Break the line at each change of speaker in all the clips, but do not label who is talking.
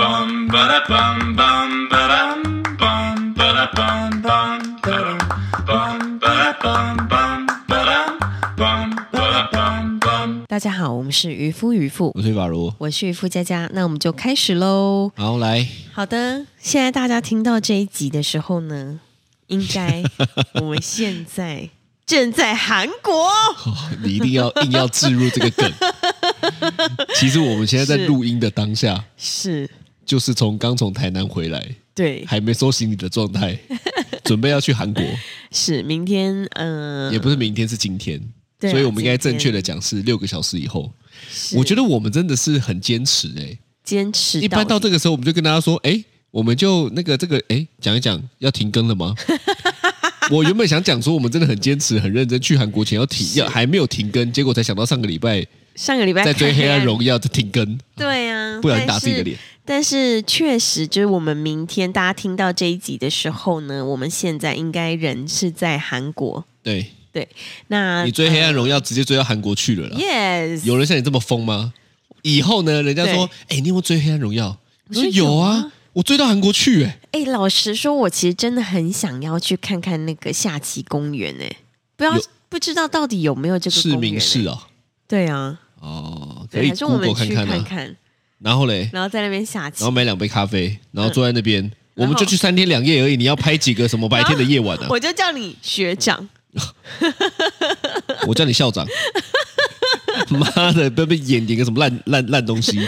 bum ba da bum bum ba dum bum ba da bum bum ba dum bum ba da bum bum ba dum bum ba da bum bum.
大家好，我们是渔夫渔妇，
我是法如，
我是渔夫佳佳，那我们就开始喽。
然后来
好的，现在大家听到这一集的时候呢，应该我们现在正在韩 国，
你一定要硬要置入这个 梗。其实我们现在在
是
录音的当下，
是
就是从刚从台南回来，
对，
还没收行李的状 态，准备要去韩国，
是明天，嗯、
也不是明天，是今天。
对啊
所以我们应该正确
今
的讲是六个小时以后。
是
我觉得我们真的是很坚持哎、
坚持
一般到
底
这个时候，我们就跟大家说，哎，我们就那个这个，哎，讲一讲要停更了 吗？我原本想讲说，我们真的很坚持、很认真，去韩国前要停，要还没有停更，结果才想到上个礼拜
上个礼拜
在追《
看
黑暗荣耀》的停更，
对啊，
不然打自己的
但是
脸。
但是确实，就是我们明天大家听到这一集的时候呢，我们现在应该人是在韩国。
对
对，那呃
你追《黑暗荣耀》直接追到韩国去了啦，
嗯 Yes，
有人像你这么疯吗？以后呢，人家说，哎，你有没有追《黑暗荣耀》？我说
我说
有
有
啊，我追到韩国去，哎，
哎、老实说，我其实真的很想要去看看那个下棋公园哎、不要
有
不知道到底有没有这个
市
公园、
民
欸
市？啊，
对啊，
哦，可
对，
以
还是我们
Google 看
去
看
看嗯
啊。
看，
然后嘞，
然后在那边下棋
然后。买两杯咖啡，然后坐在那边，
后
我们就去三天两夜而已。你要拍几个什么白天的夜晚啊？
我就叫你学长，
我我叫你校 长，妈的，不要被演演个什么烂烂烂东西。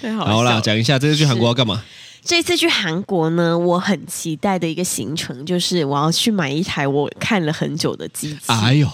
太好
好啦，
笑了
讲一下这次去韩国要干嘛？
这次去韩国呢，我很期待的一个行程就是我要去买一台我看了很久的机器。
哎呦，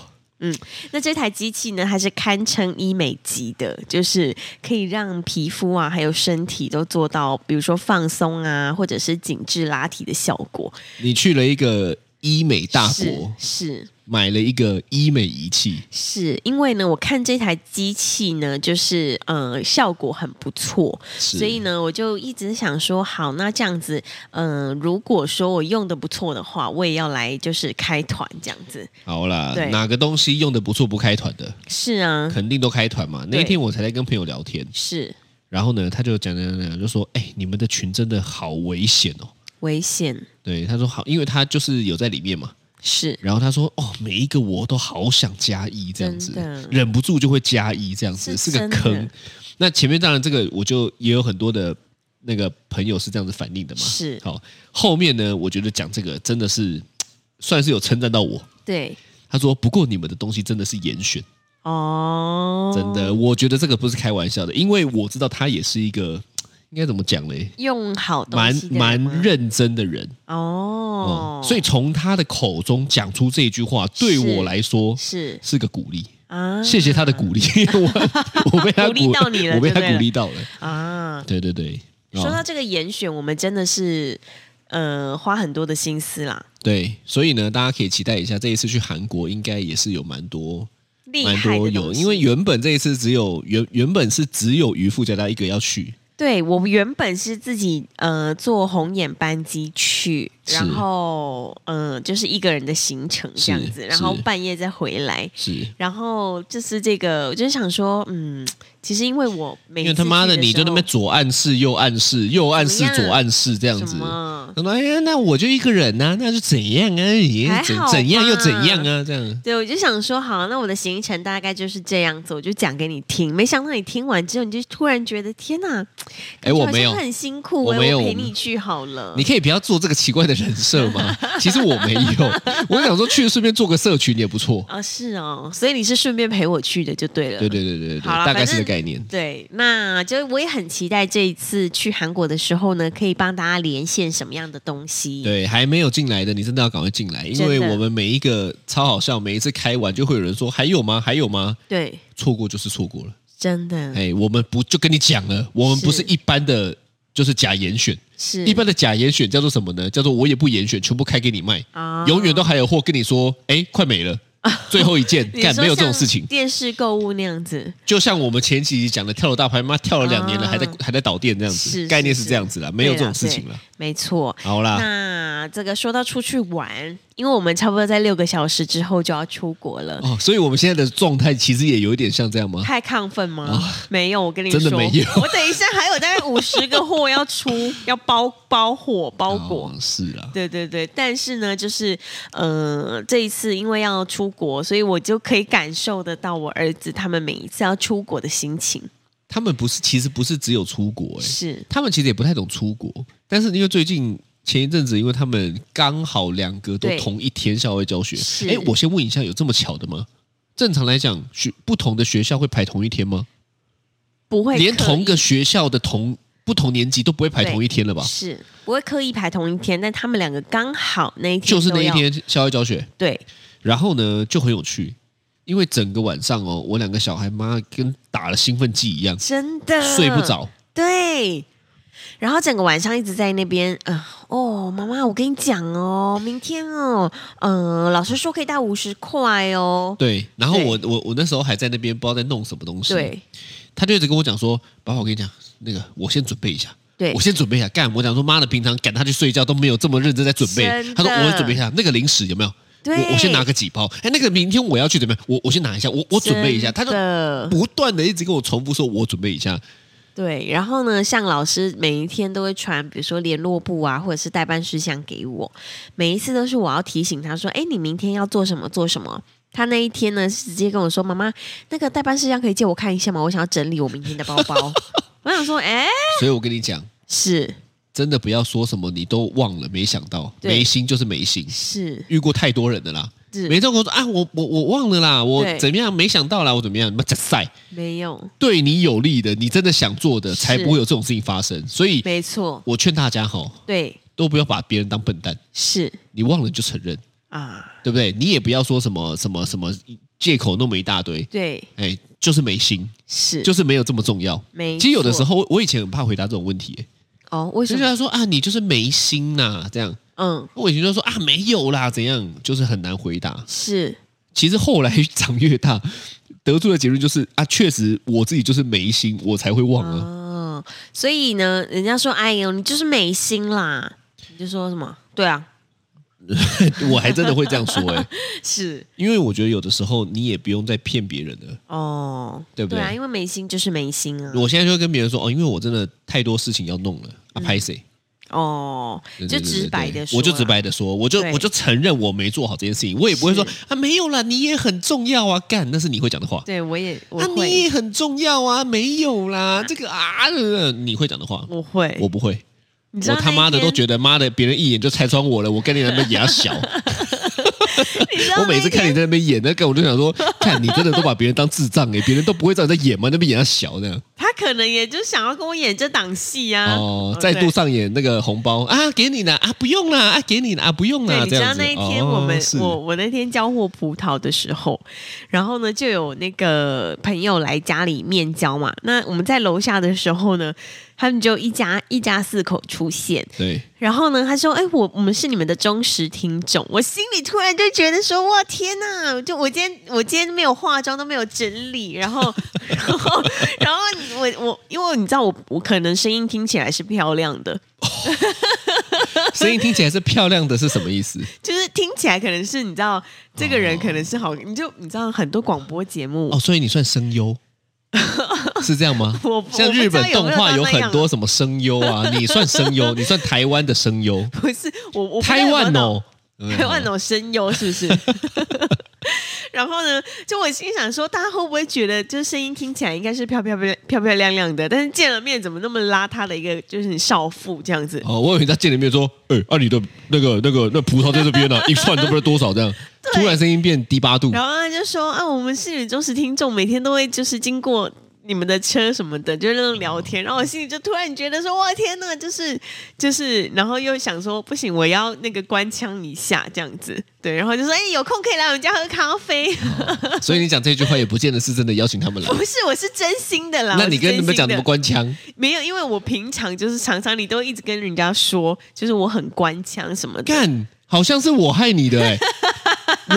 那这台机器呢，它是堪称医美级的，就是可以让皮肤啊，还有身体都做到，比如说放松啊，或者是紧致拉提的效果。
你去了一个医美大国，
是
买了一个医美仪器，
是是，因为呢，我看这台机器呢，就是呃，效果很不错，
是
所以呢，我就一直想说，好，那这样子，嗯、如果说我用的不错的话，我也要来就是开团这样子。
好啦
对，
哪个东西用的不错不开团的，
是啊，
肯定都开团嘛。那
对
一天我才在跟朋友聊天，
是
然后呢，他就讲讲讲讲，就说：“哎、你们的群真的好危险哦。
危险，”
对，他说好，因为他就是有在里面嘛。
是
然后他说：“哦，每一个我都好想加一这样子
真的，
忍不住就会加一这样子，是
是真
个
的
坑。那前面当然这个我就也有很多的那个朋友是这样子反应的嘛。
是，
好，后面呢，我觉得讲这个真的是算是有称赞到我。
对，
他说：不过你们的东西真的是严选，
哦，
真的，我觉得这个不是开玩笑的，因为我知道他也是一个应该怎么讲嘞，
用好东
蛮
西的人吗
蛮认真的人
哦
哦，，所以从他的口中讲出这句话，对
是
我来说
是
是个鼓励。”
啊，
谢谢他的 鼓励，我我被他
鼓励到你了
我被
就
他
对了
鼓励到了。
啊。
对对对，
说
哦
到这个严选，我们真的是呃花很多的心思啦，
对，所以呢，大家可以期待一下，这一次去韩国应该也是有蛮多
厉
蛮
害
多
的
有，
东西
因为原本这一次只有原原本是只有渔夫加他一个要去，
对我原本是自己呃坐红眼班机去，
是
然后嗯、呃就是一个人的行程这样子，
是
然后
是
半夜再回来。
是
然后就是这个，我就是想说，嗯，其实因为我每
因
次
为他妈的
去的
你就那边左暗示右暗示右暗示
怎么样
左暗示这样
什
子。
么？啊
他说：“哎呀，那我就一个人呐、那就怎样啊？也
还
怎
好吧
怎样又怎样啊？这样
对，我就想说，好，那我的行程大概就是这样子，我就讲给你听。没想到你听完之后，你就突然觉得，天哪，
哎，我没有
好像，很辛苦，
我
哎
没有
陪
我们
你去好了。
你可以不要做这个奇怪的人设吗？其实我没有，我想说去顺便做个社群也不错。
啊、是哦，所以你是顺便陪我去的就对了。
对对对对对，
好啦
大概是
反
这
正
概念。
对，那就我也很期待这一次去韩国的时候呢，可以帮大家连线什么样的东西。
对，还没有进来的，你真的要赶快进来，因为
真的
我们每一个超好笑，每一次开完就会有人说还有吗？还有吗？
对，
错过就是错过了。
真的
哎，我们不就跟你讲了，我们不是
嗯是
一般的，就是假严选。
是
一般的假严选叫做什么呢？叫做我也不严选，全部开给你卖，
啊
永远都还有货跟你说，哎，快没 了，最后一件，
你
干
说
没有这种
像
事情。
电视购物那样子，
就像我们前几集讲的跳楼大拍，妈跳了两年了，
啊
还在还在倒店这样子，
是是
概念是
是
这样子啦，没有这种
啊对
事
啦
情了。
没错。
好啦，
那那这个说到出去玩，因为我们差不多在六个小时之后就要出国了，
哦，所以我们现在的状态其实也有一点像这样吗？
太亢奋吗？没有，我跟你说，
哦真的没有
我等一下还有大概五十个货要 出，要包包货包裹。
哦、是啦，
对对对，但是呢，就是呃，这一次因为要出国，所以我就可以感受得到我儿子他们每一次要出国的心情。
他们不是，其实不是只有出国、欸，
是，
他们其实也不太懂出国，但是因为最近。前一阵子，因为他们刚好两个都
对
同一天校外教学
是，
哎，我先问一下，有这么巧的吗？正常来讲，学不同的学校会排同一天吗？
不会
连
刻
同
意
个学校的同不同年级都不会排同一天了吧？
是不会刻意排同一天，但他们两个刚好那一天
就是那
都
一
要
天校外教学，
对
然后呢就很有趣，因为整个晚上哦，我两个小孩妈跟打了兴奋剂一样，
真的
睡不，着。
对。然后整个晚上一直在那边，呃，哦，妈妈，我跟你讲哦，明天哦，呃，老师说可以带五十块哦，
对，然后我我我那时候还在那边不知道在弄什么东西，
对
他就一直跟我讲说：“爸爸，我跟你讲，那个我先准备一下。”
对
我先准备一下，干！我讲说，妈的，平常赶他去睡觉都没有这么认真在准备
真的。
他说，我准备一下那个零食有没有？
对，
我我先拿个几包。哎，那个明天我要去怎么样？我我先拿一下，我我准备一下。他就
真的
不断的一直跟我重复说，我准备一下。
对，然后呢，像老师每一天都会传，比如说联络簿啊，或者是代办事项给我，每一次都是我要提醒他说，哎，你明天要做什么做什么。他那一天呢，是直接跟我说：“妈妈，那个代办事项可以借我看一下吗？我想要整理我明天的包包。” 我想说：“哎，
所以我跟你讲，
是
真的不要说什么你都忘了，没想到，
对
没心就是没心，
是
遇过太多人的啦。
是，
没空跟我说啊，我我我忘了啦，我
对
怎么样？没想到啦，我怎么样？你们在赛
没有，
对你有利的，你真的想做的，
是
才不会有这种事情发生。所以，
没错，
我劝大家哈，
对，
都不要把别人当笨蛋，
是
你忘了就承认，
啊，
对不对？你也不要说什么什么什么借口那么一大堆，
对，
哎，就是没心，
是，
就是没有这么重要。
没错。
其实有的时候，我我以前很怕回答这种问题、欸，
哦，为
就
什
是
么？
他说啊，你就是没心呐、这样。
嗯，
我以前就说啊，没有啦，怎样，就是很难回答。
是
其实后来长越大，得出的结论就是啊，确实我自己就是没心，我才会忘啊。
哦，所以呢，人家说：“哎呦，你就是美心啦。”你就说什么？对啊，嗯
我还真的会这样说哎、
是
因为我觉得有的时候你也不用再骗别人了。
哦，
对不对
啊，因为美心就是美心啊。
我现在就会跟别人说哦，因为我真的太多事情要弄了啊，拍谁？
哦，
对
嗯就
对对
直白
对对
的说，啊
我就直。白的说，我就
对
我就承认我没做好这件事情，我也不会说
是
啊没有啦，你也很重要啊，干那是你会讲的话。
对我也我
啊，你
会、
也很重要啊，没有啦，这个啊，呃你会讲的话，
我会，
我不会，
你知
我
道
他妈的都
得，
觉得妈的，别人一眼就拆穿我了，我跟你那边 演小，
你知道
我每
那
次看你在那边演那个，我就想 说，看你真的都把别人当智障哎，别人都不会知道你在演吗？那边演他小这样
他可能也就想要跟我演这档戏啊。
哦，
对
再度上演那个红包啊，给你了啊，不用啦，啊，给你了啊，不用
对，
啦，
你
这
知
样
道
子。
那一天
哦
我们、
是
我我那天交货葡萄的时候，然后呢就有那个朋友来家里面交嘛。那我们在楼下的时候呢，他们就一家一家四口出现。
对
然后呢，他说：“哎，我我们是你们的忠实听众。”我心里突然就觉得说：“哇，天哪！就我今天我今天没有化妆，都没有整理，然后 然后然后我我因为你知道我我可能声音听起来是漂亮的，
声音听起来是漂亮的，是什么意 思？
就是听起来可能是你知道，这个人可能是好，你就你知道很多广播节目，
哦，所以你算声 优。是这样吗
我不？
像日本动画有很多什么声优啊，你算声优，你算台湾的声优，
不是我我不太
台湾
有
哦，
那种，台湾哦声优是不是？ 然后呢，就我心想说，大家会不会觉得，就是声音听起来应该是漂漂漂漂漂亮亮的，但是见了面怎么那么邋遢的一个，就是你少妇这样子？
哦，我以为他见了面说，哎、啊你的那个那个那葡萄在这边呢、啊，一串都不知道多少这 样，突然声音变低八度，
然后他就说啊，我们是你忠实听众，每天都会就是经过你们的车什么的，就是那种聊
嗯
天。然后我心里就突然觉得说，哇天呐，就是就是，然后又想说不行，我要那个官腔一下这样子。对，然后就说哎、有空可以来我们家喝咖 啡。
所以你讲这句话也不见得是真的邀请他 们来。
不是，我是真心的啦。
那你跟你
你
们讲什么官腔？
没有，因为我平常就是常常你都一直跟人家说，就是我很官腔什么的。
干，好像是我害你的哎、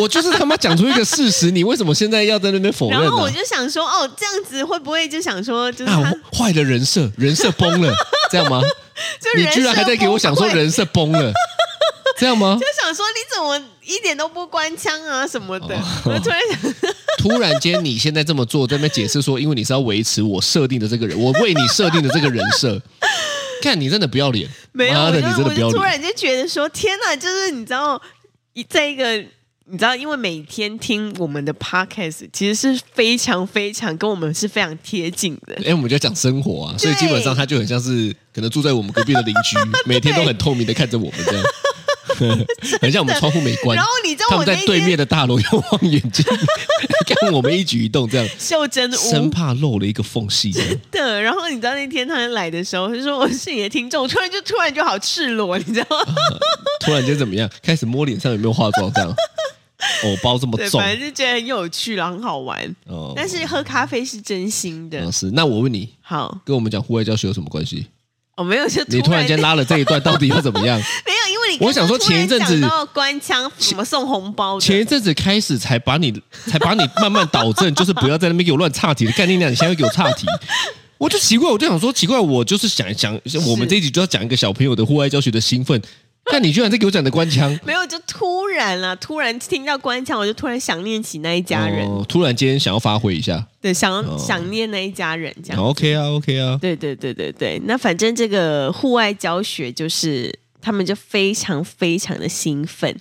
我就是他妈讲出一个事实，你为什么现在要在那边否认啊
然
呢、
后我就想说，哦，这样子会不会就想说，就是他、
啊，坏了人设，人设崩了，这样吗？
就
你
人
居然还
设
在给我
崩
想说
溃
人设崩了，这样吗？
就想说你怎么一点都不关腔啊什么的，
哦
我突然想，
突然间你现在这么做，在那边解释说，因为你是要维持我设定的这个人，我为你设定的这个人 设。看你真的不要脸，
没有，
妈
我
的，
就
你真的
我
不要
就突
脸。
然间觉得说，天哪，就是你知道，一在一个你知道，因为每天听我们的 podcast，其实是非常非常跟我们是非常贴近的。
哎、我们就讲生活啊，所以基本上他就很像是可能住在我们隔壁的邻居，每天都很透明的看着我们这样， 很像我们窗户没关
然后。你知道
他
我
们
那
在对
天
面的大楼用望远镜 看我们一举一动，这样
袖珍
生
屋
怕漏了一个缝隙这样。
的，然后你知道那天他来的时候，他说我是你的听众，突然就突然就好赤裸，你知道吗？
突然间怎么样？开始摸脸上有没有化妆这样？哦，包这么
对，
重
反正就觉得很有趣，然后很好玩。
哦，
但是喝咖啡是真心的
老。师，啊那我问你，
好，
跟我们讲户外教学有什么关 系？
我没有就
你突然间拉了这一 段，到底要怎么样？
没有，因为你
我想说前一阵子
刚刚突然讲到官腔什么送红包的，
前一阵子开始才把你才把你慢慢导正，就是不要在那边给我乱岔题的概念量，你现在又给我岔题。我就奇怪，我就想说奇怪，我就是想想，我们这一集就要讲一个小朋友的户外教学的兴奋，但你居然在给我讲你的官腔，
没有就突然啦、突然听到官腔，我就突然想念起那一 家人，
哦突然间想要发挥一下、
对，想、
哦
想念那一家人这样。
o k 啊，OK 啊，
对对对对对，那反正这个户外教学就是他们就非常非常的兴奋，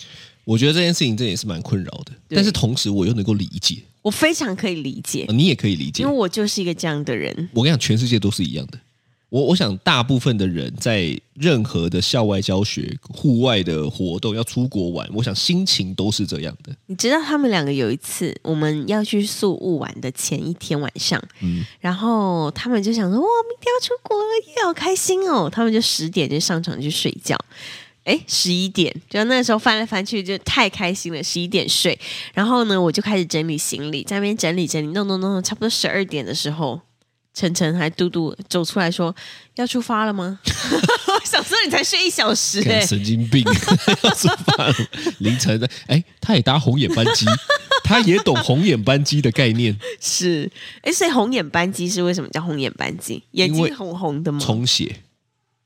我觉得这件事情真的也是蛮困扰的，
对
但是同时我又能够理解，
我非常可以理解，
呃你也可以理解
因为，我就是一个这样的人。
我跟你讲，全世界都是一样的。我我想，大部分的人在任何的校外教学、户外的活动，要出国玩，我想心情都是这样的。
你知道他们两个有一次我们要去宿务玩的前一天晚上，然后他们就想说：“哇，明天要出国了，耶，好开心哦！”他们就十点就上床去睡觉。哎，十一点，就那时候翻来翻去，就太开心了。十一点睡，然后呢，我就开始整理行李，在那边整理整理，弄弄弄弄，差不多十二点的时候，晨晨还嘟嘟走出来说：“要出发了吗？” 我想说你才睡一小时、
看
哎，
神经病， 要出发了。凌晨的，哎，他也搭红眼班机，他也懂红眼班机的概念，
是，哎，所以红眼斑鸡是为什么叫红眼斑鸡？眼
因为
睛红红的吗？
重写。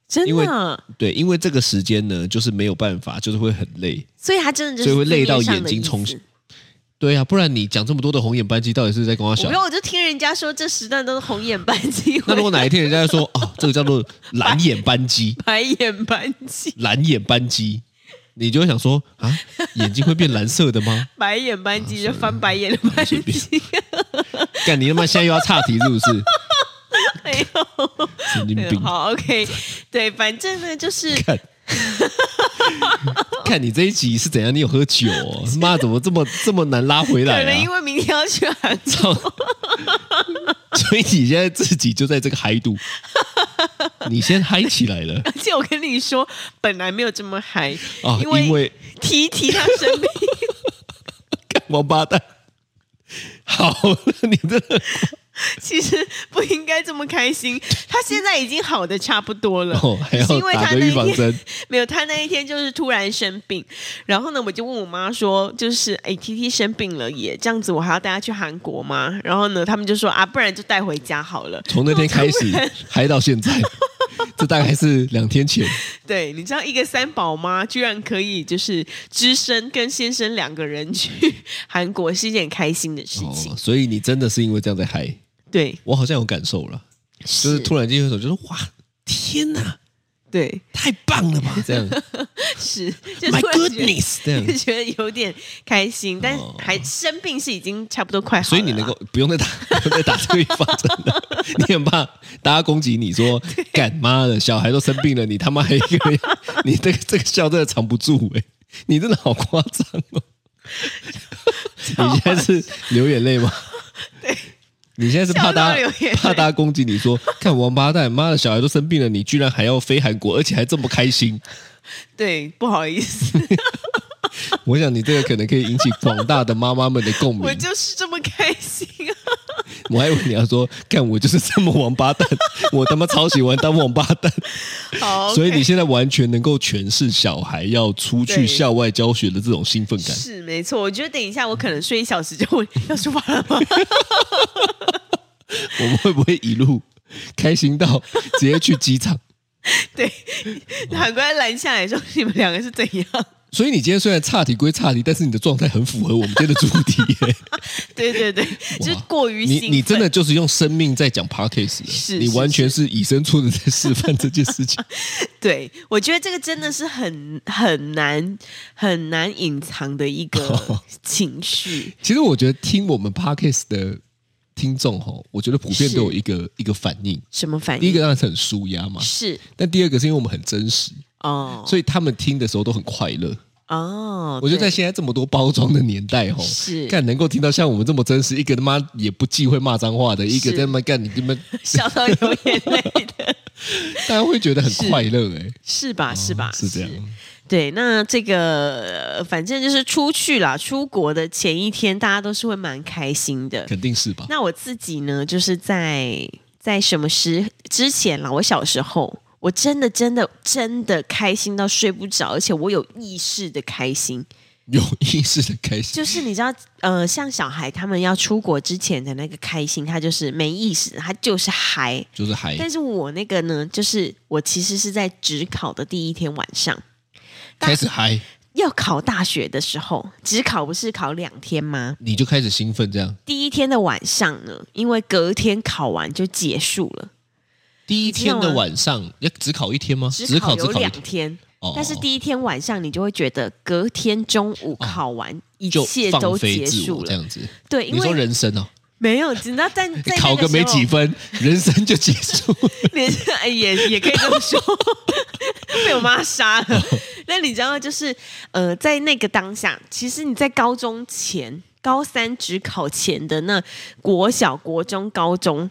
真
因为
的啊，
对，因为这个时间呢，就是没有办法，就是会很累。
所以它真的就是
所以会累
字面
到
上
眼
的
睛
意
充
思
对啊，不然你讲这么多的红眼班机，到底是在跟我
我
小
没有，我就听人家说这时段都是红眼斑 鸡，
那如果哪一天人家说哦，这个叫做蓝眼班机，
白眼斑鸡，
蓝眼斑鸡，你就会想说 啊，眼睛会变蓝色的吗？
白眼斑鸡就翻白眼的斑
啊随便
鸡，
干你他妈现在又要岔题是不 是？
哎呦，
神经
对
病！
好 OK，对，反正呢就是
看，看你这一集是怎样？你有喝酒哦？妈，怎么这么这么难拉回
可
来
能因
啊？
为明天要去韩国，
操 所以你现在自己就在这个嗨度，你先嗨起来 了
而且我跟你说，本来没有这么嗨
啊！
因为
因为
提一提他生病，
干王八蛋，好了，你真的
其实不应该这么开心。他现在已经好的差不多了，
哦还要
是因为
打
他
个
那
预
一
防针
天。 没有，他那一天就是突然生病，然后呢，我就问我妈说，就是哎，T T 生病了耶，这样子我还要带他去韩国吗？然后呢，他们就说啊，不然就带回家好了。
从那天开始嗨到现在，这大概是两天前。
对，你知道一个三宝妈居然可以就是只身跟先生两个人去韩国，是一件开心的事
哦
情。，
所以你真的是因为这样在嗨，
对，
我好像有感受了，就是突然间有一种就是哇，天哪，
对
太棒了 吧，这样
是，就
，My
突然觉得
goodness，这
就
样。
觉得有点开心，但还生病是已经差不多快好了啦。
哦所以你能够不用再打 不用再打这个预防针 了，你很怕大家攻击你说干妈的小孩都生病了，你他妈还一个人， 你这个这个笑真的藏不住哎、你真的好夸张 哦！你现在是流眼 泪吗？对，你现在是怕大
笑到流
家
眼泪
怕大家攻击你 说看王八蛋，妈的小孩都生病了，你居然还要飞韩国，而且还这么开心。
对，不好 意思，
我想你这个可能可以引起广大的妈妈们的共鸣。
我就是这么开心啊！
我还以为你要说，干我就是这么王八蛋，我他妈超喜欢当王八蛋，
好，
所以
OK
你现在完全能够诠释小孩要出去
对
校外教学的这种兴奋感。
是没错。我觉得等一下我可能睡一小时就会要出发了 吗？
我们会不会一路开心到直接去机场？
对，韩国人拦下来说你们两个是怎样？
所以你今天虽然差题归差题，但是你的状态很符合我们今天的主题耶、
对对对，就是过于兴
你
奋
你真的就是用生命在讲 podcast，耶
是
你
是
完全是以身作则在示范这件事 情。
对，我觉得这个真的是很很难很难隐藏的 一个情绪。
其实我觉得听我们 podcast 的听众吼，我觉得普遍
是
都有一个一个反应。
什么反应？
第一个当然是很舒压嘛，
是
但第二个是因为我们很真实，
哦，
所以他们听的时候都很快乐。
哦，
我觉得在
对
现在这么多包装的年代吼，
是
干能够听到像我们这么真实，一个他妈也不忌讳骂脏话的，一个
是
在那么干你 他妈，
笑到流眼泪的，
大家会觉得很快乐哎、
是吧？是吧？
是这样。
对，那这个、呃反正就是出去啦，出国的前一天，大家都是会蛮开心的。
肯定是吧？
那我自己呢，就是在在什么时之前啦，我小时候。我真的真的真的开心到睡不着，而且我有意识的开心，
有意识的开心，
就是你知道，呃，像小孩他们要出国之前的那个开心，他就是没意识，他就是嗨，
就是还
但是我那个呢，就是我其实是在职考的第一天晚上，
开始嗨，
要考大学的时候，职考不是考两天吗？
你就开始兴奋这样。
第一天的晚上呢，因为隔天考完就结束了，
第一天
你知
的
道吗
晚上要只考一天吗？只
职
考
考
只
有
考一
两
天，
天，
哦
但是第一天晚上你就会觉得隔天中午考完，一
哦就
切
放
都
飞
结
自
束
我这
了。
样子。
对，因
你说
为
人生哦，
没有，你知道 在在
考
那
个没
时候
几 分，人生就结束。
连哎也也可以这么说， 被我妈杀了。那你知道，就是呃，在那个当下，其实你在高中前、高三只考前的那国小、国中、高中。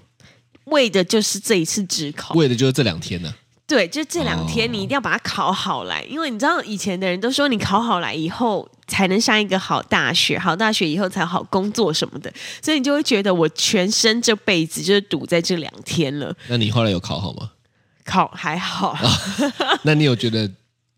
为的就是这一次只考，
为的就是这两天呢、
对，就这两天
哦
你一定要把它考好来，因为你知道以前的人都说你考好来以后才能上一个好大学，好大学以后才有好工作什么的，所以你就会觉得我全身这辈子就是赌在这两天了，
那你后来有考好吗？
考还好。
那你有觉得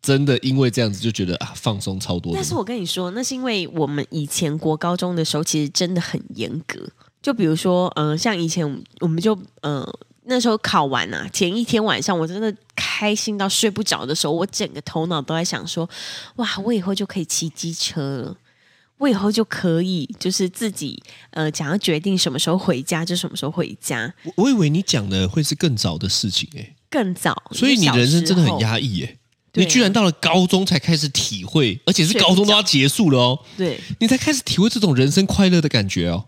真的因为这样子就觉得啊放松超多的
但
吗？
是我跟你说，那是因为我们以前国高中的时候，其实真的很严格。就比如说，嗯、像以前我们我们就，嗯、那时候考完啊，前一天晚上我真的开心到睡不着的时候，我整个头脑都在想说，哇，我以后就可以骑机车了。我以后就可以，就是自己呃，想要决定什么时候回家就什么时候回家，
我我以为你讲的会是更早的事情哎、
更早。
所以你
小
人生
时
真的很
候，
压抑哎、
对
你
啊
居然到了高中才开始体会，而且是
睡不
高中都
着
要结束了哦，
对，
你才开始体会这种人生快乐的感觉哦。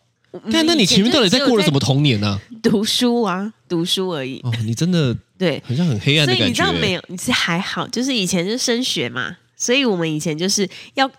但那
以
你
前
前面
真
到
的
底在
只有
过了什么童年 呢、
读书啊？读书而已。
哦，你真的
对，
很像很黑暗
所
的
以
感
你知道没
觉。欸
有？你是还好，就是以前就是升学嘛，所以我们以前就是要。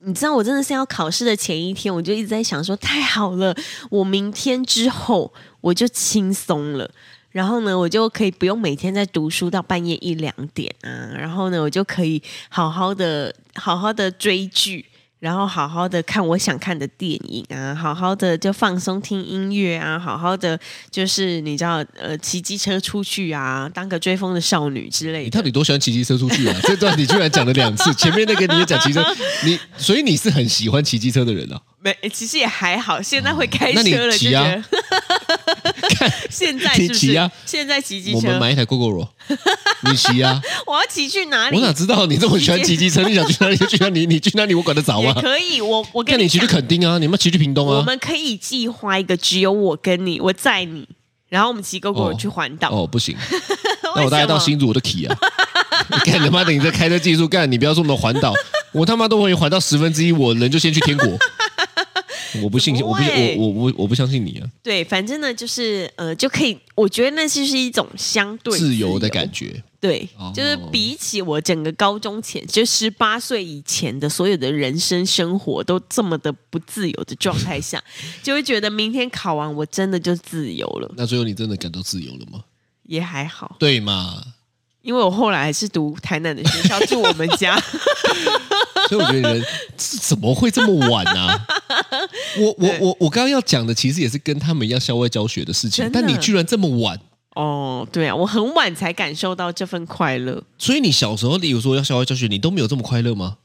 你知道我真的是要考试的前一天，我就一直在想说，太好了，我明天之后我就轻松了，然后呢，我就可以不用每天在读书到半夜一两点啊，然后呢，我就可以好好的、好好的追剧，然后好好的看我想看的电影啊，好好的就放松听音乐啊，好好的就是你知道呃骑机车出去啊，当个追风的少女之类
你到
的。
底多喜欢骑机车出去 啊？这段你居然讲了两次，前面那个你也讲骑车，你所以你是很喜欢骑机车的人啊？
没，其实也还好，现在会开
那你
车了，就
骑
觉
啊
得
看
现在是 不
你骑
是？
啊
现在骑机
我们
车，
买一台 GoGoRo，你骑 啊？
我要骑去哪里
我？哪知道你这么喜欢骑机车？你想去哪里就去哪 里，你去哪里我管得着
也
吗？
可以，我我
啊
跟
看你骑去
讲
垦丁啊，你们骑去屏东
我
啊？
们可以计划一个只有我跟你，我载你，然后我们骑 GoGo
哦
去环岛。
哦， 不行，
为
那我大概
什
到
么
新竹我都骑啊。 你看他妈的，你这开车技术干，你不要说我们环 岛，我他妈都会环到十分之一，我人就先去天国。我不信，
怎么
我不
会
信，我我我我不相信你啊！
对，反正呢，就是呃，就可以，我觉得那就是一种相对
自由的感。觉，
对，
哦
就是比起我整个高中前，就十八岁以前的所有的人生生活都这么的不自由的状 态下，就会觉得明天考完我真的就自由了，
那最后你真的感到自由了吗？
也还好，
对嘛？
因为我后来还是读台南的学校，住我们 家。
所以我觉得人这怎么会这么晚呢、 我我我我刚刚要讲的其实也是跟他们一样校外教学的事情，
真的
但你居然这么晚，
哦，对啊，我很晚才感受到这份快乐。
所以你小时候，例如说要校外教学，你都没有这么快乐吗？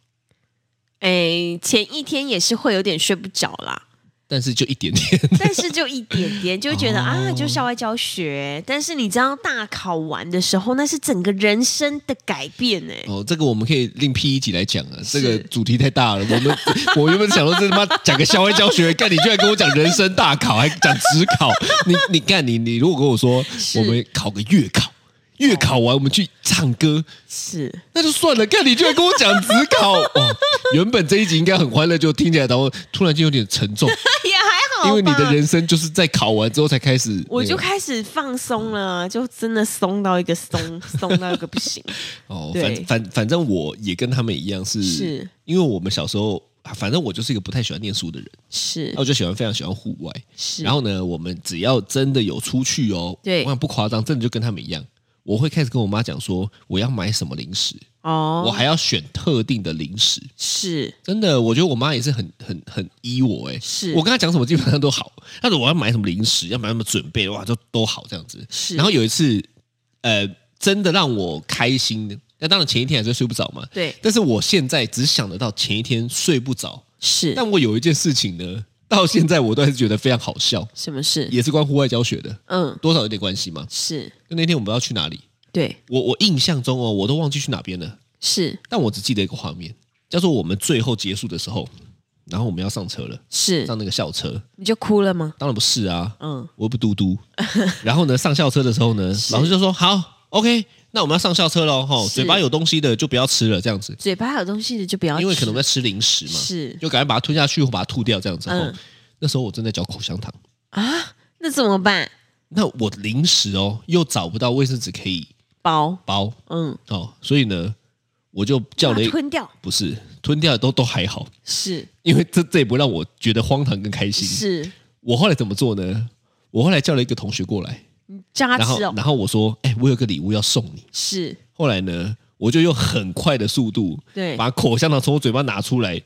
诶，前一天也是会有点睡不着啦，
但是就一点点，
但是就一点点，就会觉得、
哦
啊，就校外教学。但是你知道大考完的时候，那是整个人生的改变哎、
哦，这个我们可以另辟一集来讲啊，这个
是
主题太大了。我们我原本想说这他妈讲个校外教学，干你居然跟我讲人生大考，还讲职考，你你干你你如果跟我说我们考个月考，月考完我们去唱歌，
是
那就算了。干你居然跟我讲职 考，哦，原本这一集应该很欢乐，就听起来然后突然间有点沉重，
也哎还 好吧，
因为你的人生就是在考完之后才开始那个、
我就开始放松了，就真的松到一个 松，松到一个不行。
哦，
对
反反反正我也跟他们一样是，
是
因为我们小时候。啊反正我就是一个不太喜欢念书的人，
是
那我就喜欢非常喜欢户外。
是，
然后呢，我们只要真的有出去哦，
对
我想不夸张，真的就跟他们一样，我会开始跟我妈讲说我要买什么零食，
哦，
我还要选特定的零食。
是
真的，我觉得我妈也是很很很依我哎、
是
我跟她讲什么基本上都好，她说我要买什么零食，要买什么准备哇，就都好这样子。
是，
然后有一次，呃，真的让我开心的，那当然前一天还是睡不着嘛，
对
但是我现在只想得到前一天睡不着，
是
但我有一件事情呢，到现在我都还是觉得非常好笑，
什么事？
也是关户外教学的，
嗯，
多少有点关系嘛。
是
就那天我们不知道去哪里，
对
我我印象中哦，我都忘记去哪边了，
是
但我只记得一个画面，叫做我们最后结束的时候，然后我们要上车了，
是，
上那个校车，
你就哭了吗？
当然不是啊，
嗯，
我又不嘟 嘟。然后呢，上校车的时候呢，老师就说好，OK，那我们要上校车喽，吼，
是
嘴巴有东西的就不要吃了，这样子，
嘴巴有东西的就不要吃，
因为可能我们在吃零食嘛，
啊是
就赶快把它吞下去或把它吐掉，这样子。
嗯
吼那时候我正在嚼口香糖。
啊，那怎么办？
那我零食哦，又找不到卫生纸可以
包，
包
嗯，
哦，所以呢，我就叫
把
了
它
一
吞掉，
不是吞掉都都还好，
是
因为这这也不让我觉得荒唐跟开心。
是，
我后来怎么做呢？我后来叫了一个同学过来，
叫他
然后
吃哦，
然后我说：“哎、我有个礼物要送你。
是”
后来呢，我就用很快的速度
对
把口香糖从我嘴巴拿出来，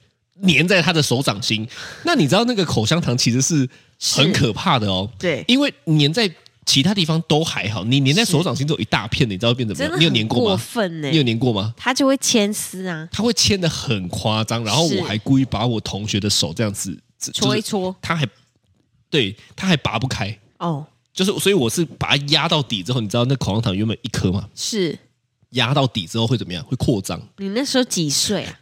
粘在他的手掌心。那你知道那个口香糖其实是很
是
可怕的哦。
对，
因为粘在其他地方都还好，你粘在手掌心都有一大片的，你知道变怎么
真的
样？你有粘
很
过
过
吗？
分欸呢
你，有粘过吗？
他就会牵丝啊，
它会牵的很夸张，然后
是
我还故意把我同学的手这样子只
戳一，
就是
戳，
他还对，他还拔不开，
哦，
就是所以我是把它压到底之后，你知道那口香糖原本一颗嘛，
是
压到底之后会怎么样？会扩张，
你那时候几岁 啊？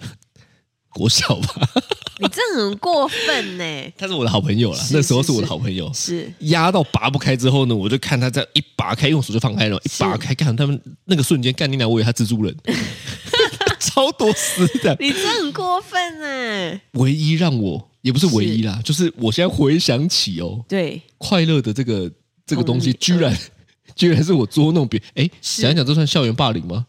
国小吧，
你这很过分呢，
他是我的好朋友啦，
是
那时候是
是
我的
是
好朋友，
是
压到拔不开之后呢，我就看他这样一拔开，用手就放开了，一拔开，看他们那个瞬间，干你娘！我以为他蜘蛛 人，超多丝的。
你这很过分呢，
唯一让我也不是唯一啦，就是我现在回想起哦，
对，
快乐的这个这个东西，
同理
居然、 居然是我捉弄别哎，
嗯是
想一想，这算校园霸凌 吗？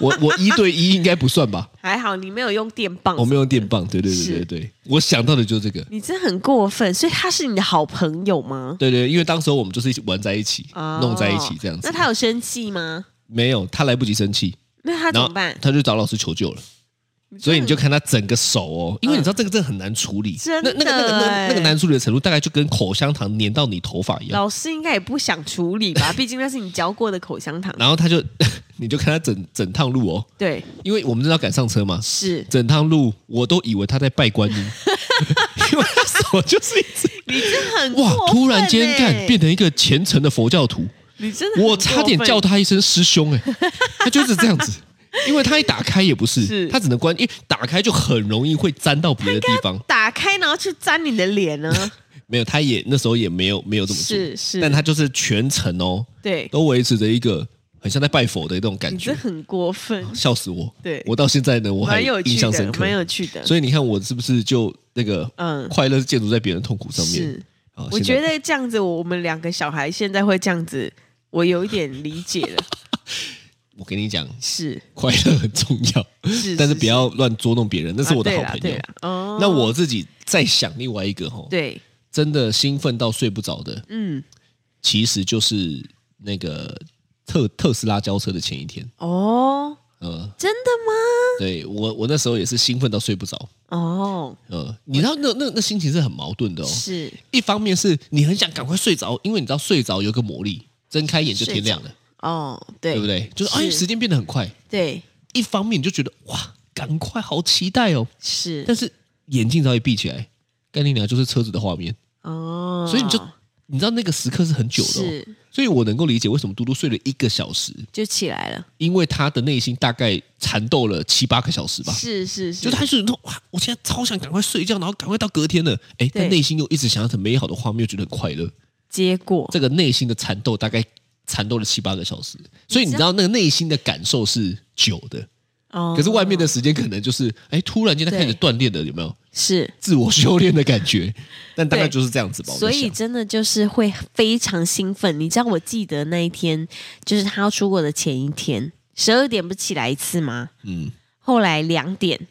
我我一对一应该不算吧，
还好你没有用电棒，
我没有用电棒，对对对对
是
对，我想到的就是这个，
你这很过分，所以他是你的好朋友吗？
对对，因为当时候我们就是一起玩在一起，
哦
弄在一起这样子。
那他有生气吗？
没有，他来不及生气，
那他怎
然
么
后
办？
他就找老师求救了。所以你就看他整个手哦，因为你知道这个真的很难处理，
嗯真
那
的
那个那个那个
欸
那个难处理的程度，大概就跟口香糖粘到你头发一样。
老师应该也不想处 理吧，毕竟那是你嚼过的口香糖。
然后他就， 你就看他整整趟路哦，
对，
因为我们知道赶上车嘛，
是
整趟路我都以为他在拜观 音， 因为他手就是一直
你这很
哇
过，分
突然间
欸
干变，成一个虔诚的佛教徒，
你真的 很
我差点
过分
叫他一声师兄哎、 他就是这样子，因为他一打开也不是，
是
他只能关，因为打开就很容易会沾到别的地方。
打开，然后去沾你的 脸呢。
没有，他也那时候也没有没有这么做，
是是
但他就是全程哦
对，
都维持着一个很像在拜佛的那种感
你这
觉，
很过分，
笑死我！
对
我到现在呢，我还
蛮有
印
趣
象深
的，
刻
蛮。有趣的。
所以你看，我是不是就那个
嗯
快乐是建筑在别人的痛苦上面？
是，
啊
我
现在
觉得这样子，我我们两个小孩现在会这样子，我有一点理解 了。
我跟你讲，
是
快乐很重要，
是，
但是不要乱捉弄别人，那
啊
是我的
对
好
啦
朋
对
友
啦。哦，
那我自己在想另外一个哦，
对，
真的兴奋到睡不着的，
嗯，
其实就是那个特特斯拉交车的前一天，
哦，
呃，
真的吗？
对我，我那时候也是兴奋到睡不着。
哦，
呃，你知道那那那心情是很矛盾的哦。
是
一方面是你很想赶快睡着，因为你知道睡着有一个魔力，睁开眼就天亮了，
哦，对，
对不？对？就是哎，
是
时间变得很快。
对，
一方面你就觉得哇，赶快，好期待哦。
是
但是眼睛只要一闭起来，干你娘就是车子的画面，
哦，
所以你就你知道那个时刻是很久的、哦，
是
所以我能够理解为什么嘟嘟睡了一个小时，
就起来了，
因为他的内心大概缠斗了七八个小时吧。
是是是，
就他就是说，哇！我现在超想赶快睡觉，然后赶快到隔天了。哎，但内心又一直想要很美好的画面，又觉得很快乐。
哦结果
这个内心的缠斗大概缠斗了七八个小时，所以你知道那个内心的感受是久的，
哦，
可是外面的时间可能就是，哎，突然间他开始锻炼了，有没有
是，
自我修炼的感觉？但大概就是这样子吧。我在
所以
想
真的就是会非常兴奋。你知道，我记得那一天就是他要出国的前一天，十二点不起来一次吗？
嗯，
后来两点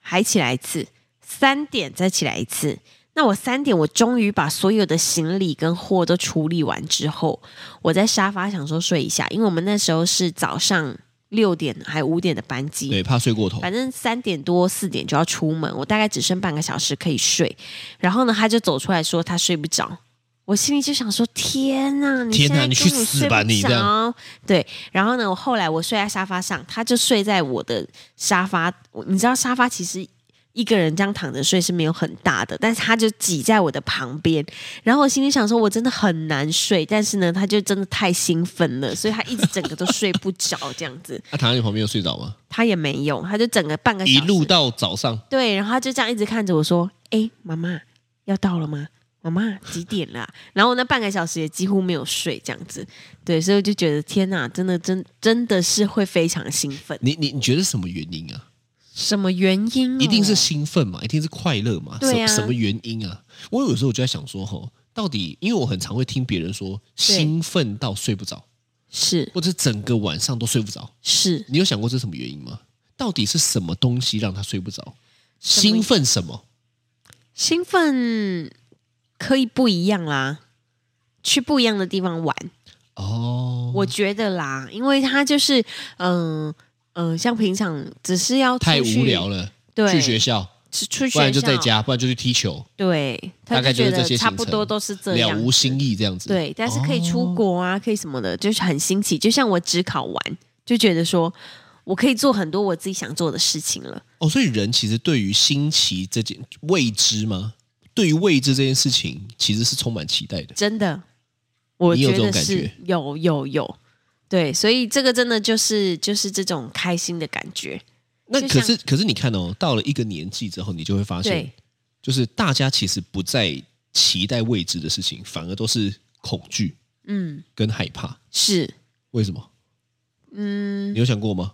还起来一次，三点再起来一次。那我三点，我终于把所有的行李跟货都处理完之后，我在沙发想说睡一下，因为我们那时候是早上六点还五点的班机，
对，怕睡过头，
反正三点多四点就要出门，我大概只剩半个小时可以睡。然后呢，他就走出来说他睡不着，我心里就想说天呐，你
天
现
哪
在
你
中
去
午
死
睡
吧
不
你这
着。对，然后呢，我后来我睡在沙发上，他就睡在我的沙发。我你知道沙发其实。一个人这样躺着睡是没有很大的，但是他就挤在我的旁边，然后我心里想说，我真的很难睡，但是呢，他就真的太兴奋了，所以他一直整个都睡不着，这样子，
他躺在你旁边有睡着吗？
他也没有，他就整个半个小时
一路到早上，
对，然后他就这样一直看着我说：“哎，妈妈，要到了吗？妈妈几点了啊、然后我那半个小时也几乎没有睡，这样子。对，所以我就觉得天哪，真的真真的是会非常兴奋。
你你你觉得是什么原因啊？
什么原因哦、
一定是兴奋嘛，一定是快乐嘛？
对啊
什什么原因啊？我有时候我就在想说，吼，到底因为我很常会听别人说兴奋到睡不着，
是
或者整个晚上都睡不着，
是
你有想过这是什么原因吗？到底是什么东西让他睡不着？
什么
兴奋什么？
兴奋，可以不一样啦，去不一样的地方玩。
哦，
我觉得啦，因为他就是嗯嗯、呃像平常只是要出
太
去
无聊，了，
对，
去学校，
是出去，
不
啊
然就在家，不然就去踢球，
对，
大
他
概
就
就
觉
是这些行
得差不
程
多都是这
了
样。
无哦新意这样子。
对，但是可以出国啊，可以什么的，就是很新奇。就像我只考完，就觉得说我可以做很多我自己想做的事情了。
哦，所以人其实对于新奇这件未知吗？对于未知这件事情，其实是充满期待的。
真的，我
你有
觉
这种
得
感
是
觉
有有有，对，所以这个真的就是就是这种开心的感觉。
那
就
可
像
是可是你看哦，到了一个年纪之后，你就会发现
对，
就是大家其实不再期待未知的事情，反而都是恐惧
嗯，
跟害怕。
是
为什么？嗯，你有想过吗？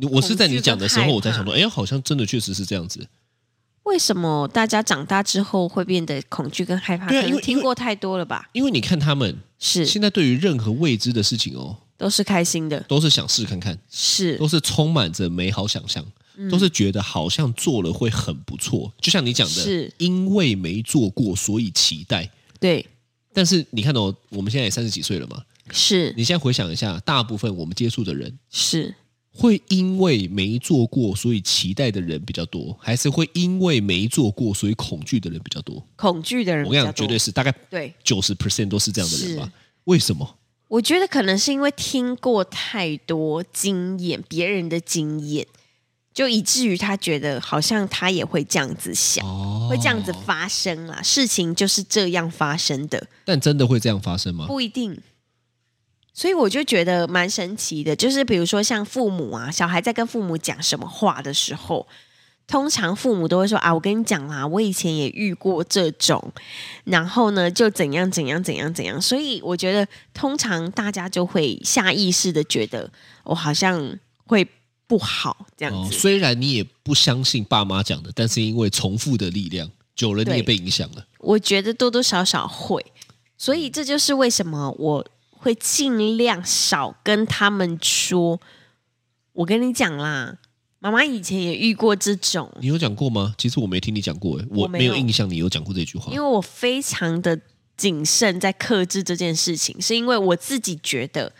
你我是在你讲的时
恐
候，
惧跟
我才想
害
说，哎呀，好像真的确实是这样子。
为什么大家长大之后会变得恐惧跟害怕？
对啊
可
因
能
为
听过太多了吧？
因为你看他们
是，
现在对于任何未知的事情哦，
都是开心的，
都是想试看看，
是嗯
都是充满着美好想象，都是觉得好像做了会很不错。就像你讲的
是，
因为没做过，所以期待。
对，
但是你看哦，我们现在也三十几岁了嘛，
是
你现在回想一下，大部分我们接触的人，
是
会因为没做过所以期待的人比较多，还是会因为没做过所以恐惧的人比较多？
恐惧的人
我
比
跟你
较多，
讲，绝对是大概
对。
九十 percent 都是这样的人吧？为什么？
我觉得可能是因为听过太多经验，别人的经验，就以至于他觉得好像他也会这样子想，
哦
会这样子发生啦。事情就是这样发生的，
但真的会这样发生吗？
不一定。所以我就觉得蛮神奇的，就是比如说像父母啊，小孩在跟父母讲什么话的时候，通常父母都会说啊，我跟你讲啦，我以前也遇过这种，然后呢就怎样怎样怎样怎样。所以我觉得通常大家就会下意识的觉得我、好像会不好这样
哦，
子，
虽然你也不相信爸妈讲的，但是因为重复的力量，久了你
对
也被影响了。
我觉得多多少少会，所以这就是为什么我会尽量少跟他们说。我跟你讲啦，妈妈以前也遇过这种，
你有讲过吗？其实我没听你讲过，诶，
我
没
没
有
有
印象你有讲过这句话
因为。我非常的谨慎在克制这件事情，是因为我自己觉得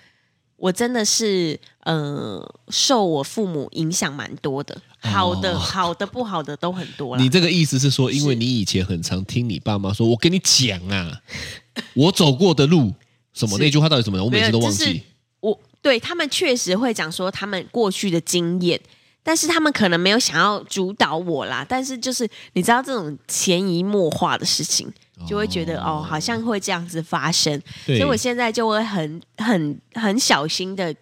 我真的是呃受我父母影响蛮多的，好的、
哦
好的不好的都很多啦
你。这个意思是说，因为
是
你以前很常听你爸妈说，我跟你讲啊， 我走过的路什么
是
那句话到底什么？我每
没有
次都忘
就是
记。
我对他们确实会讲说他们过去的经验，但是他们可能没有想要主导我啦，但是就是你知道这种潜移默化的事情，就会觉得哦好像会这样子发生，所
对
以我现在就会很很很小心的，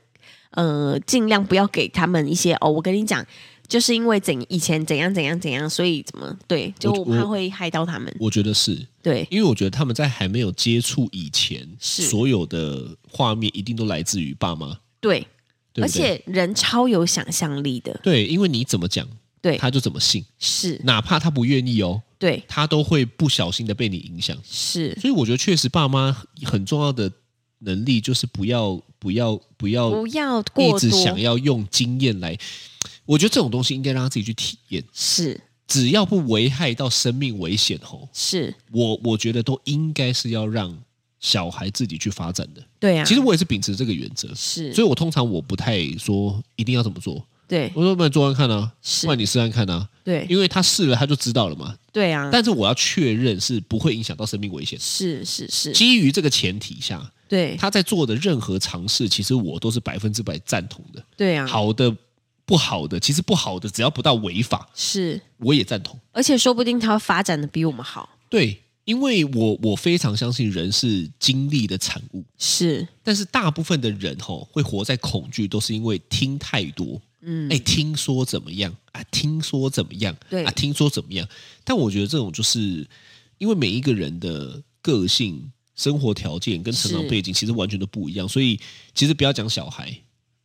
呃，尽量不要给他们一些哦，我跟你讲，就是因为怎以前怎样怎样怎样，所以怎么对，就
我
我怕
我
会害到他们，
我觉得是
对，
因为我觉得他们在还没有接触以前，
是
所有的画面一定都来自于爸妈，
对，
对
而
不对？
且人超有想象力的，
对，因为你怎么讲，
对，
他就怎么信，
是，
哪怕他不愿意哦，
对，
他都会不小心的被你影响。
是，
所以我觉得确实爸妈很重要的能力就是不要不要不要
不要
一
过
直想
多，
要用经验来，我觉得这种东西应该让他自己去体验，
是
只要不危害到生命危险哦，
是，
我我觉得都应该是要让小孩自己去发展的。
对啊，
其实我也是秉持这个原则，
是，
所以我通常我不太说一定要怎么做，
对
我说不然做完看啊，
是
不然你试看看啊，
对
因为他试了他就知道了嘛。
对啊，
但是我要确认是不会影响到生命危险。
是是是，
基于这个前提下，
对
他在做的任何尝试，其实我都是百分之百赞同的。
对啊，
好的、不好的，其实不好的只要不到违法，
是，
我也赞同。
而且说不定他发展的比我们好，
对，因为我我非常相信人是经历的产物，
是
但是大部分的人吼、会活在恐惧，都是因为听太多。嗯，哎，听说怎么样啊？听说怎么样？
对
啊，听说怎么样？但我觉得这种就是因为每一个人的个性、生活条件跟成长
是
背景其实完全都不一样，所以其实不要讲小孩，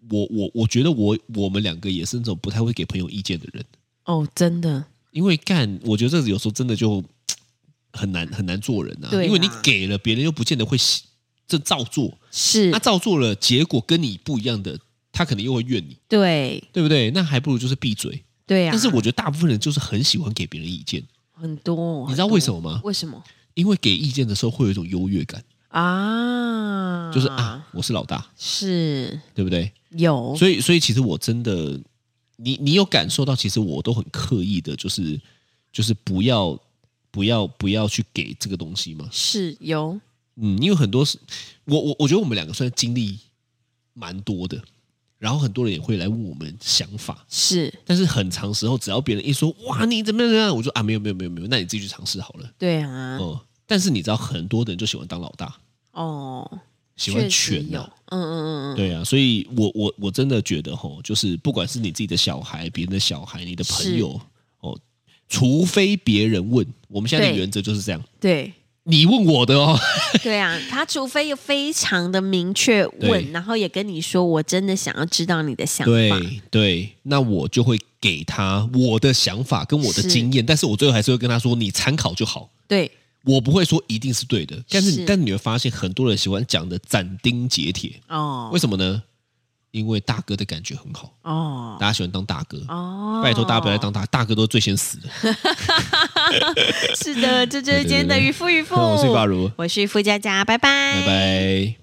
我我我觉得我我们两个也是那种不太会给朋友意见的人，
哦，真的
因为干，我觉得这有时候真的就很难很难做人呐、
对啊
因为你给了别人又不见得会喜这照做，
是
他照做了，结果跟你不一样的，他可能又会怨你，
对
对不对？那还不如就是闭嘴。
对啊，
但是我觉得大部分人就是很喜欢给别人意见，
很多，
你知道为什么吗？
为什么
因为给意见的时候会有一种优越感，
啊？
就是啊，我是老大，
是
对不对？
有
所以，所以其实我真的，你你有感受到，其实我都很刻意的，就是就是不要不要不要去给这个东西嘛。
是有
嗯，因为很多是，我我我觉得我们两个算经历蛮多的，然后很多人也会来问我们想法，
是，
但是很长时候，只要别人一说哇你怎么样怎么样，我就啊没有没有没有没有，那你自己去尝试好了。
对啊，
哦、但是你知道，很多人就喜欢当老大，
哦，
喜欢
确实
权、
有
啊，，
嗯嗯嗯嗯，
对啊，所以我我我真的觉得吼，就是不管是你自己的小孩、别人的小孩、你的朋友哦，除非别人问，我们现在的
对
原则就是这样，
对。
你问我的哦，
对啊，他除非有非常的明确
对
问，然后也跟你说，我真的想要知道你的想法。
对对，那我就会给他我的想法跟我的
是
经验，但是我最后还是会跟他说，你参考就好，
对
我不会说一定是对的。但是
是
但你会发现，很多人喜欢讲的斩钉截铁，
哦
为什么呢？因为大哥的感觉很好，
哦
大家喜欢当大哥。
哦，
拜托大家不要来当大大哥，都是最先死的。
是的，这就是今天的渔夫渔夫，
我是法如，
我是傅佳佳，拜拜，
拜拜。